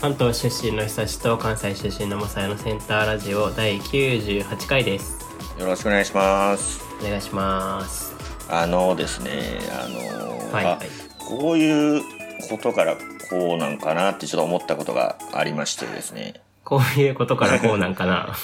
関東出身の久しと関西出身のまさやのセンターラジオ第98回ですよろしくお願いします。お願いしますあのですね、あのーはいあはいこういうことからこうなんかなってちょっと思ったことがありましてで すね。こういうことからこうなんか な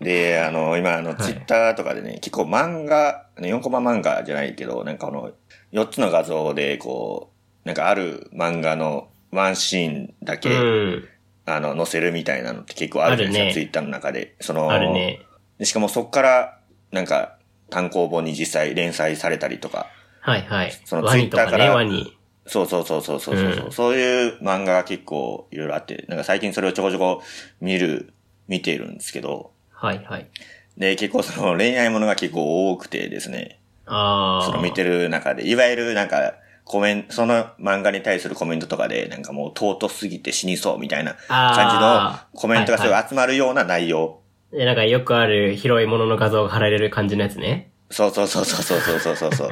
で、あの今あのいツイッターとかでね、結構漫画、あの4コマ漫画じゃないけど、なんかこの4つの画像でこう、なんかある漫画のワンシーンだうけ、んあの、載せるみたいなのって結構あるじゃないですあか、るねツイッターの中で。その、あるねでしかもそこから、なんか、単行本に実際連載されたりとか、はいはいそのワニとか Twitter かねらワニそうそうそうそうそうそうそう、うんそういう漫画が結構いろいろあって、なんか最近それをちょこちょこ見る、見てるんですけど、はいはいで、結構その 恋愛ものが結構多くてですね、あその見あてる中で、いわゆるなんか、コメント、その漫画に対するコメントとかで、なんかもう尊すぎて死にそうみたいな感あーじのコメントがすごはい集まるような内容。でなんかよくある広いものの画像が貼られる感じのやつねそうそうそうそうそうそうそ うそう。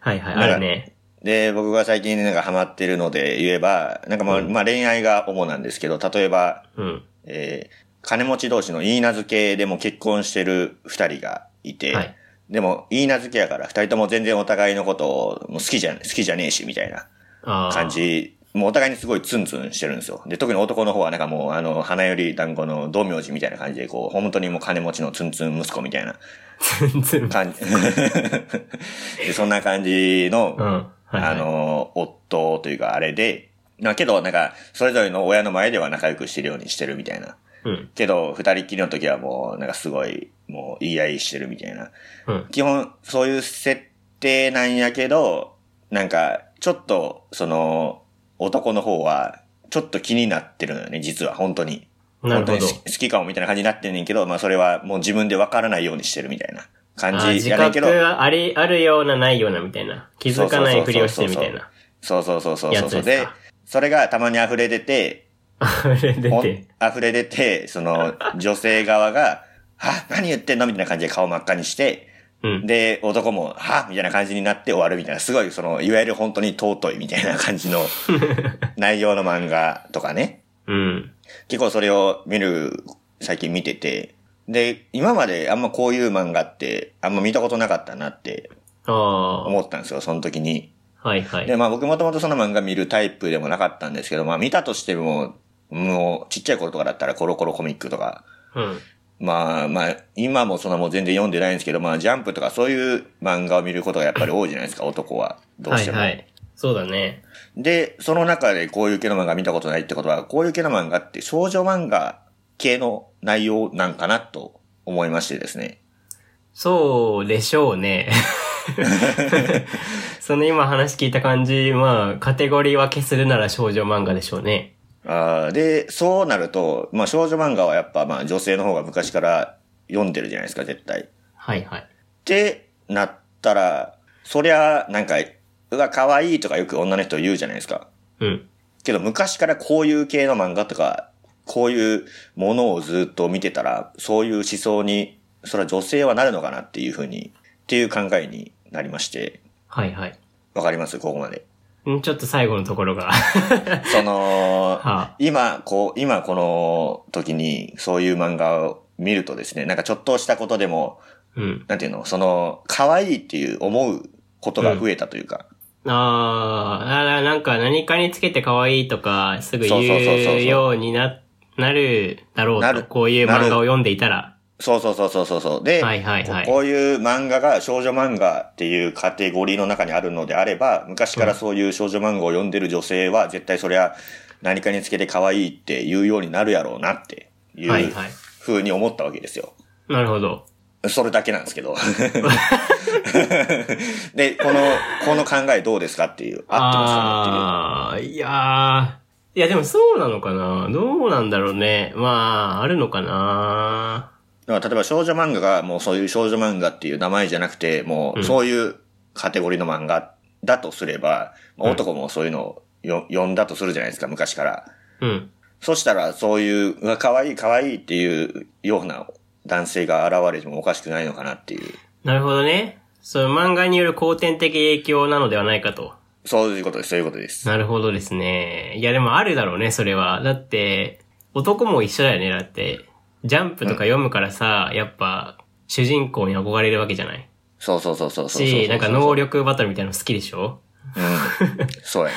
はいはいなんかあるねで、僕が最近なんかハマってるので言えば、なんかまあ、まあ恋愛が主なんですけど、例えば、うんえー金持ち同士のいいなずけでも結婚してる二人がいて、はいでもいいなずけやから二人とも全然お互いのことをもう好きじゃ、好きじゃねえし、みたいなああ感じ。もうお互いにすごいツンツンしてるんですよ。で、特に男の方はなんかもうあの、花より団子の道明寺みたいな感じで、こう、本当にもう金持ちのツンツン息子みたいな 全然感じ。 でそんな感じのうんはいはいあの、夫というかあれで、なけど、なんか、それぞれの親の前では仲良くしてるようにしてるみたいな。うんけど、二人っきりの時はもう、なんかすごい、もう言い合いしてるみたいな。うん基本、そういう設定なんやけど、なんか、ちょっと、その、男の方は、ちょっと気になってるのよね、実は、本当に。なる本当ほどに好き好きかもみたいな感じになってんねんけど、まあそれはもう自分でわからないようにしてるみたいな感あーじ自やねんけ覚ど。があり、あるような、ないようなみたいな。気づかないふりをしてみたいなそうそうそうそうやそうつそう。でですか、。それがたまに溢れ出て、あれ出ほんて。溢れ出て、その、女性側が、 は何言ってんのみたいな感じで顔真っ赤にして、うん。で、男も、はみたいな感じになって終わるみたいな、すごい、その、いわゆる本当に尊いみたいな感じの内容の漫画とかね。うん。結構それを見る、最近見てて、で、今まであんまこういう漫画って、あんま見たことなかったなってああ。思ったんですよ、その時に。はいはい。で、まあ僕もともとその漫画見るタイプでもなかったんですけど、まあ見たとしても、もうちっちゃい頃とかだったらコロコロコミックとか、うん。まあまあ、今もそんなもう全然読んでないんですけど、まあジャンプとかそういう漫画を見ることがやっぱり多いじゃないですか、男は。どうはしいても。はい。そうだね。で、その中でこういう系の漫画見たことないってことは、こういう系の漫画って少女漫画系の内容なんかなと思いましてですね。そうでしょう ね。その今話聞いた感じ、まあ、カテゴリー分けするなら少女漫画でしょうね。あーで、そうなると、まあ少女漫画はやっぱまあ女性の方が昔から読んでるじゃないですか、絶対。はいはい。ってなったら、そりゃ、なんか、うわ、可愛いとかよく女の人言うじゃないですか。うん。けど昔からこういう系の漫画とか、こういうものをずっと見てたら、そういう思想に、それは女性はなるのかなっていうふうに、っていう考えになりまして、はいはい。わかりますここ まで。んちょっと最後のところ が。その、は今、こう、今この時に、そういう漫画を見るとですね、なんかちょっとしたことでも、うん。なんていうの、その、可愛いっていう思うことが増えたというか、あーあら、なんか何かにつけて可愛いとか、すぐそうそうそうそうそ言ううようにな、なるだろうなと。るこういう漫なる画を読んでいたら。そうそうそうそうそうそう。で、はいはいはいここういう漫画が少女漫画っていうカテゴリーの中にあるのであれば、昔からそういう少女漫画を読んでる女性は、絶対そりゃ何かにつけて可愛いって言うようになるやろうなっていはいうはい。ふうに思ったわけですよ。なるほど。それだけなんです けど。で、この、この考えどうですかっていう、合ってますかねっていう。ああー、いやー。いやでもそうなのかなどうなんだろうね。まあ、あるのかなだから例えば少女漫画がもうそういう少女漫画っていう名前じゃなくて、もうそういうカテゴリーの漫画だとすれば、まあ男もそういうのをよ読んだとするじゃないですか、昔から。うん。そしたらそういう、うわ、可愛い可愛いっていうような男性が現れてもおかしくないのかなっていう。なるほどね。そう、漫画による後天的影響なのではないかと。そういうことです、そういうことです。なるほどですね。いや、でもあるだろうね、それは。だって、男も一緒だよね、だって。ジャンプとか読むからさ、やっぱ、主人公に憧れるわけじゃない。そうそうそうそうそうそうそうし、なんか能。力バトルみたいなの好きでしょうん。そうや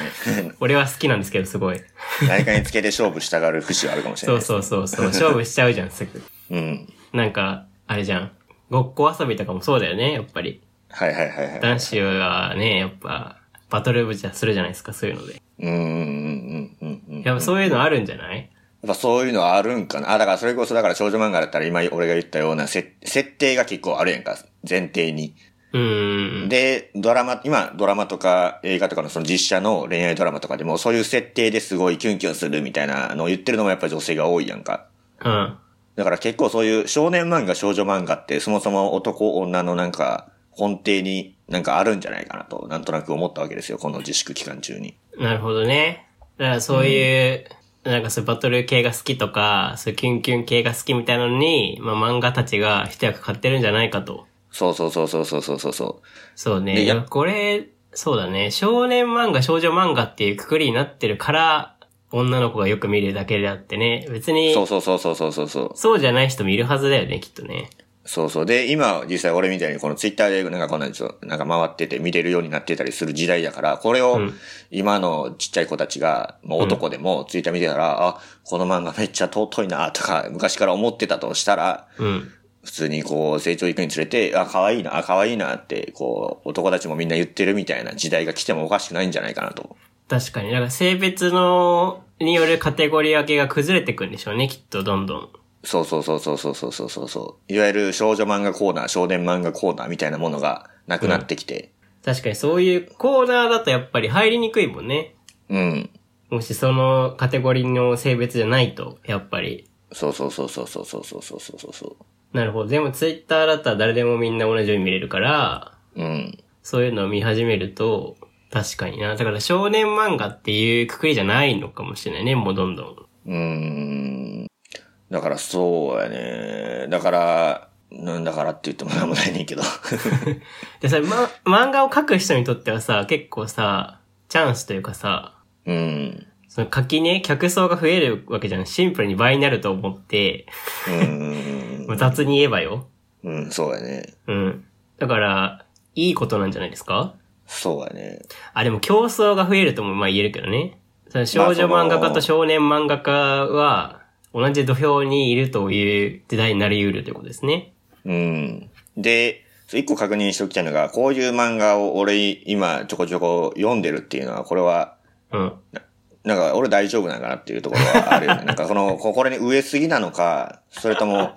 ね。 俺は好きなんですけど、すごい。何かにつけて勝負したがる節はあるかもしれそなうい。そうそうそう。勝負しちゃうじゃん、すぐ。うん。なんか、あれじゃん。ごっこ遊びとかもそうだよね、やっぱり。はいはいはいはい。男子はね、やっぱ、バトル部じゃするじゃないですか、そういうので。うんうんうんうんうんうん。やっぱそういうのあるんじゃないやっぱそういうのはあるんかな。あ、だからそれこそ、だから少女漫画だったら今俺が言ったようなせ設定が結構あるやんか。前提に。うーん。で、ドラマ、今ドラマとか映画とかのその実写の恋愛ドラマとかでもそういう設定ですごいキュンキュンするみたいなのを言ってるのもやっぱ女性が多いやんか。うん。だから結構そういう少年漫画少女漫画ってそもそも男女のなんか根底になんかあるんじゃないかなと、なんとなく思ったわけですよ。この自粛期間中に。なるほどね。だからそういう、なんかそういうバトル系が好きとか、そういうキュンキュン系が好きみたいなのに、まあ漫画たちが一役買ってるんじゃないかと。そうそうそうそうそうそうそう。そうね。でいややこれ、そうだね。少年漫画、少女漫画っていうくくりになってるから、女の子がよく見るだけであってね。別に、そうそうそうそうそうそうそう。そうじゃない人もいるはずだよね、きっとね。そうそう。で、今、実際俺みたいにこのツイッターでなんかこんなんですよなんか回ってて見れるようになってたりする時代だから、これをん今のちっちゃい子たちが、もう男でもツイッター見てたら、あ、この漫画めっちゃ尊いなとか、昔から思ってたとしたら、うん。普通にこう成長いくにつれて、あ、可愛いな、あ、可愛いなって、こう、男たちもみんな言ってるみたいな時代が来てもおかしくないんじゃないかなと。確かに。だから性別の、によるカテゴリー分けが崩れてくんでしょうね、きっと、どんどん。そうそうそうそうそうそうそうそうそう。いわゆる少女漫画コーナー、少年漫画コーナーみたいなものがなくなってきて、確かにそういうコーナーだとやっぱり入りにくいもんね。うん。もしそのカテゴリーの性別じゃないと、やっぱり。そうそうそうそうそうそうそうそうそうそう。なるほど。でもツイッターだったら誰でもみんな同じように見れるから、うん。そういうのを見始めると、確かにな。だから少年漫画っていうくくりじゃないのかもしれないね、もうどんどん。うーん。だからそうやね。だから、なんだからって言ってもなんもないねんけど。でさ、ま、漫画を描く人にとってはさ、結構さ、チャンスというかさ、うん。その垣根、客層が増えるわけじゃん。シンプルに倍になると思って、うーん。まあ雑に言えばよ。うん、そうやね。うん。だから、いいことなんじゃないですかそうやね。あ、でも競争が増えるともまあ言えるけどね。その少女漫画家と少年漫画家は、同じ土俵にいるという時代になり得るということですね。うん。で、そう一個確認しておきたいのが、こういう漫画を俺今ちょこちょこ読んでるっていうのは、これは、うん。なんか俺大丈夫なのかなっていうところはある よね。なんかこの、ここれに植えすぎなのか、それとも、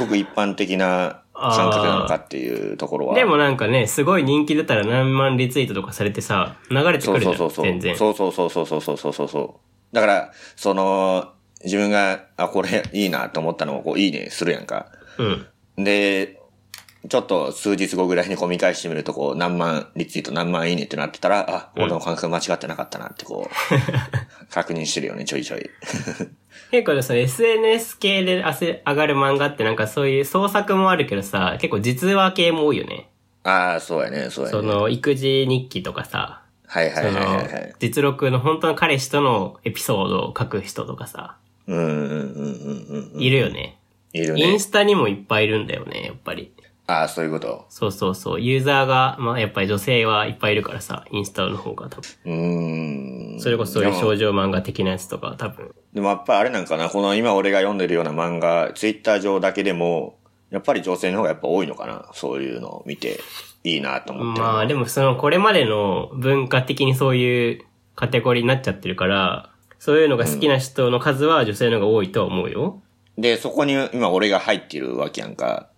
ごく一般的な感覚なのかっていうところは。でもなんかね、すごい人気出たら何万リツイートとかされてさ、流れてくそるうじそゃ。うんそうそう。全然。そうそうそうそうそうそうそうそうそう。だから、その、自分が、あ、これいいなと思ったのを、こう、いいねするやんか。うん。で、ちょっと数日後ぐらいにこう見返してみると、こう、何万リツイート、何万いいねってなってたら、あ、俺の感覚間違ってなかったなって、こう、確認してるよね、ちょいちょい。結構その SNS 系で汗上がる漫画ってなんかそういう創作もあるけどさ、結構実話系も多いよね。ああ、そうやね、そうやそね。の育児日記とかさ、はいはいそはいのはいはい。実録の本当の彼氏とのエピソードを書く人とかさ、うんうんうんうんうん。いるよね。いるイねン。スタにもいっぱいいるんだよね、やっぱり。ああ、そういうこと。そうそうそう。ユーザーが、まあやっぱり女性はいっぱいいるからさ、インスタの方が多分。うーん。それこそそういう少女漫画的なやつとか多分。でもやっぱあれなんかな、この今俺が読んでるような漫画、ツイッター上だけでも、やっぱり女性の方がやっぱ多いのかな。そういうのを見て、いいなと思ってる。まあでもそのこれまでの文化的にそういうカテゴリーになっちゃってるから、そういうのが好きな人の数は女性の方が多いとは思うよ。で、そこに今俺が入ってるわけや んか。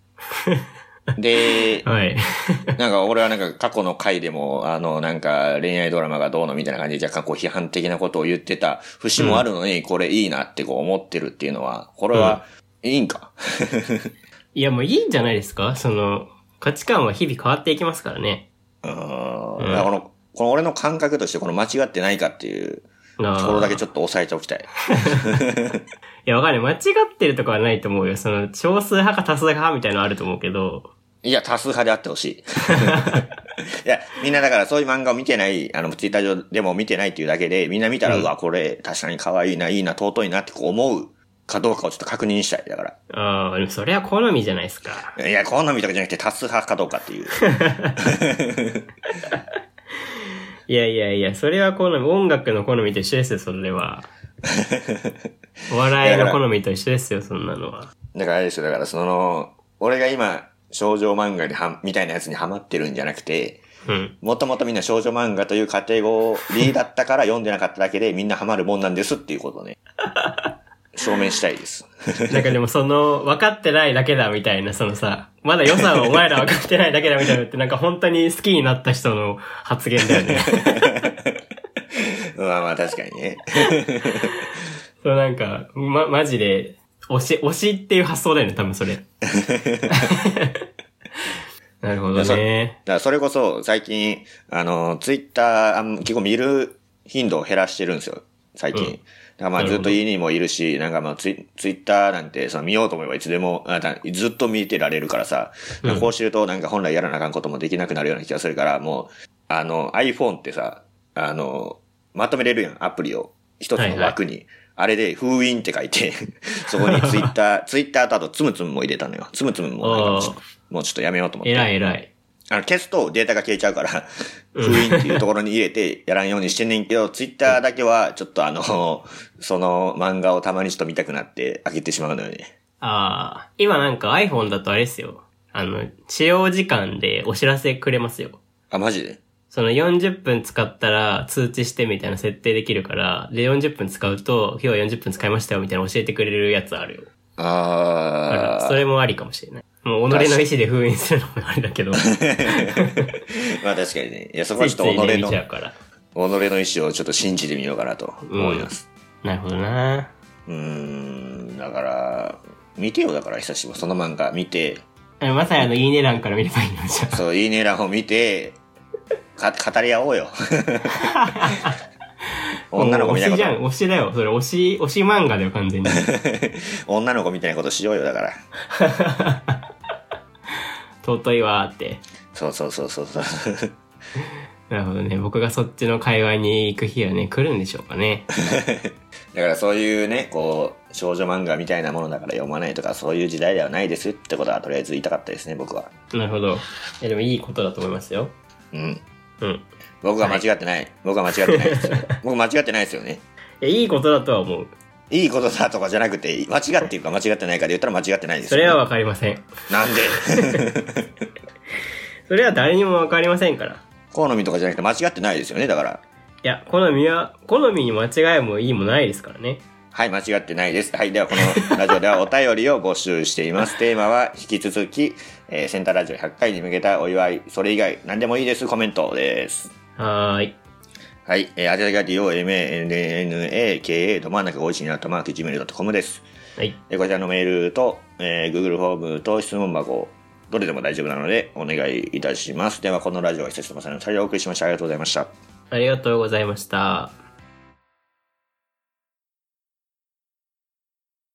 で、はい。 なんか俺はなんか過去の回でも、あの、なんか恋愛ドラマがどうのみたいな感じで若干こう批判的なことを言ってた節もあるのに、これいいなってこう思ってるっていうのは、これは、いいんか。いやもういいんじゃないですかその価値観は日々変わっていきますからね。うん。だからこの、この俺の感覚としてこの間違ってないかっていうあーところだけちょっと押さえておきたい。いや、わかんない。間違ってるとかはないと思うよ。その、少数派か多数派みたいなのあると思うけど、 いや、多数派であってほしい。いや、みんなだからそういう漫画を見てない、あの、ツイッター上でも見てないっていうだけで、みんな見たら、うわ、これ確かに可愛いな、いいな、尊いなってこう思うかどうかをちょっと確認したい。だかああ、でもそれは好みじゃないですか。ら。いや、好みとかじゃなくて多数派かどうかっていう。いやいやいや、それは好み、音楽の好みと一緒ですよ、それ は。お笑いの好みと一緒ですよ、そんなのは。だからあれですよ、だからその、俺が今、少女漫画には、みたいなやつにハマってるんじゃなくて、うん。もともとみんな少女漫画というカテゴリーだったから読んでなかっただけでみんなハマるもんなんですっていうことをね。証明したいです。なんかでもその、分かってないだけだみたいな、そのさ、まだ良さをお前ら分かってないだけだみたいなのって、なんか本当に好きになった人の発言だよね。まあまあ確かにね。そうなんか、ま、マジで、推し、推しっていう発想だよね、多分それ。なるほどね。だからそれこそ最近、あの、ツイッターあん、結構見る頻度を減らしてるんですよ、最近。うんだからまあなるずほどっと家にもいるし、なんかまあツイツイッターなんてその見ようと思えばいつでも、あだずっと見てられるからさ、うんこうしてるとなんか本来やらなあかんこともできなくなるような気がするから、もう、あの iPhone ってさ、あの、まとめれるやん、アプリを。一つの枠に。あれで、封印って書いて、そこにツイッタ ー、ツイッターとあとつむつむも入れたのよ。つむつむもなんかもうちょっともうちょっとやめようと思って。偉い偉い。あの、消すとデータが消えちゃうから、封印っていうところに入れてやらんようにしてんねんけど、ツイッターだけはちょっとあの、 その漫画をたまにちょっと見たくなって開けてしまうのよね。ああ、今なんか iPhone だとあれですよ。あの、使用時間でお知らせくれますよ。あ、マジでその40分使ったら通知してみたいな設定できるから、で40分使うと、今日は40分使いましたよみたいな教えてくれるやつあるよ。だからあそれもありかもしれない。もう己の意思で封印するのもあれだけ ど、ついー。まあ確かにね。いや、そこはちょっつとい己で見の、ちゃ己うから。の意思をちょっと信じてみようかなと思います。なるほどなうーん、だから、見てよ、だから久しぶり。その漫画見て、えまさやのいいね欄から見ればいいのじゃそう、いいね欄を見て、か、語り合 おうよ。あ。 女の子みたいもう推しなじこゃん、と、推しだよ。それ推し、推し漫画だよ、完 全に。女の子みたいなことしようよ、だから。尊いわーって。そうそうそうそう そう。なるほどね。僕がそっちの界隈に行く日はね、来るんでしょうかね。だからそういうね、こう、少女漫画みたいなものだから読まないとか、そういう時代ではないですってことは、とりあえず言いたかったですね、僕は。なるほど。いや、でもいいことだと思いますよ。うん。うん。い僕は間違ってない。僕は間違ってない ですよ。僕間違ってないですよね。や、いいことだとは思う。いいことだとかじゃなくて、間違っていうか間違ってないかで言ったら間違ってないですそよ、ね。れはわかりません。なんで それは誰にもわかりませんから。好みとかじゃなくて間違ってないですよね、だかいら。や、好みは、好みに間違いもいいもないですからね。はい、間違ってないです。はい、ではこのラジオではお便りを募集しています。テーマは引き続き、えーセンターラジオ100回に向けたお祝い、それ以外何でもいいです、コメントです。はーい。はい、えー、あてが DOMANNAKA ど真ん中51になったマーク Gmail.com です。はい。えーこちらのメールと、えー Google フォームと質問箱、どれでも大丈夫なのでお願いいたします。では、このラジオは久しぶりの2人でお送りしました。ありがとうございました。ありがとうございました。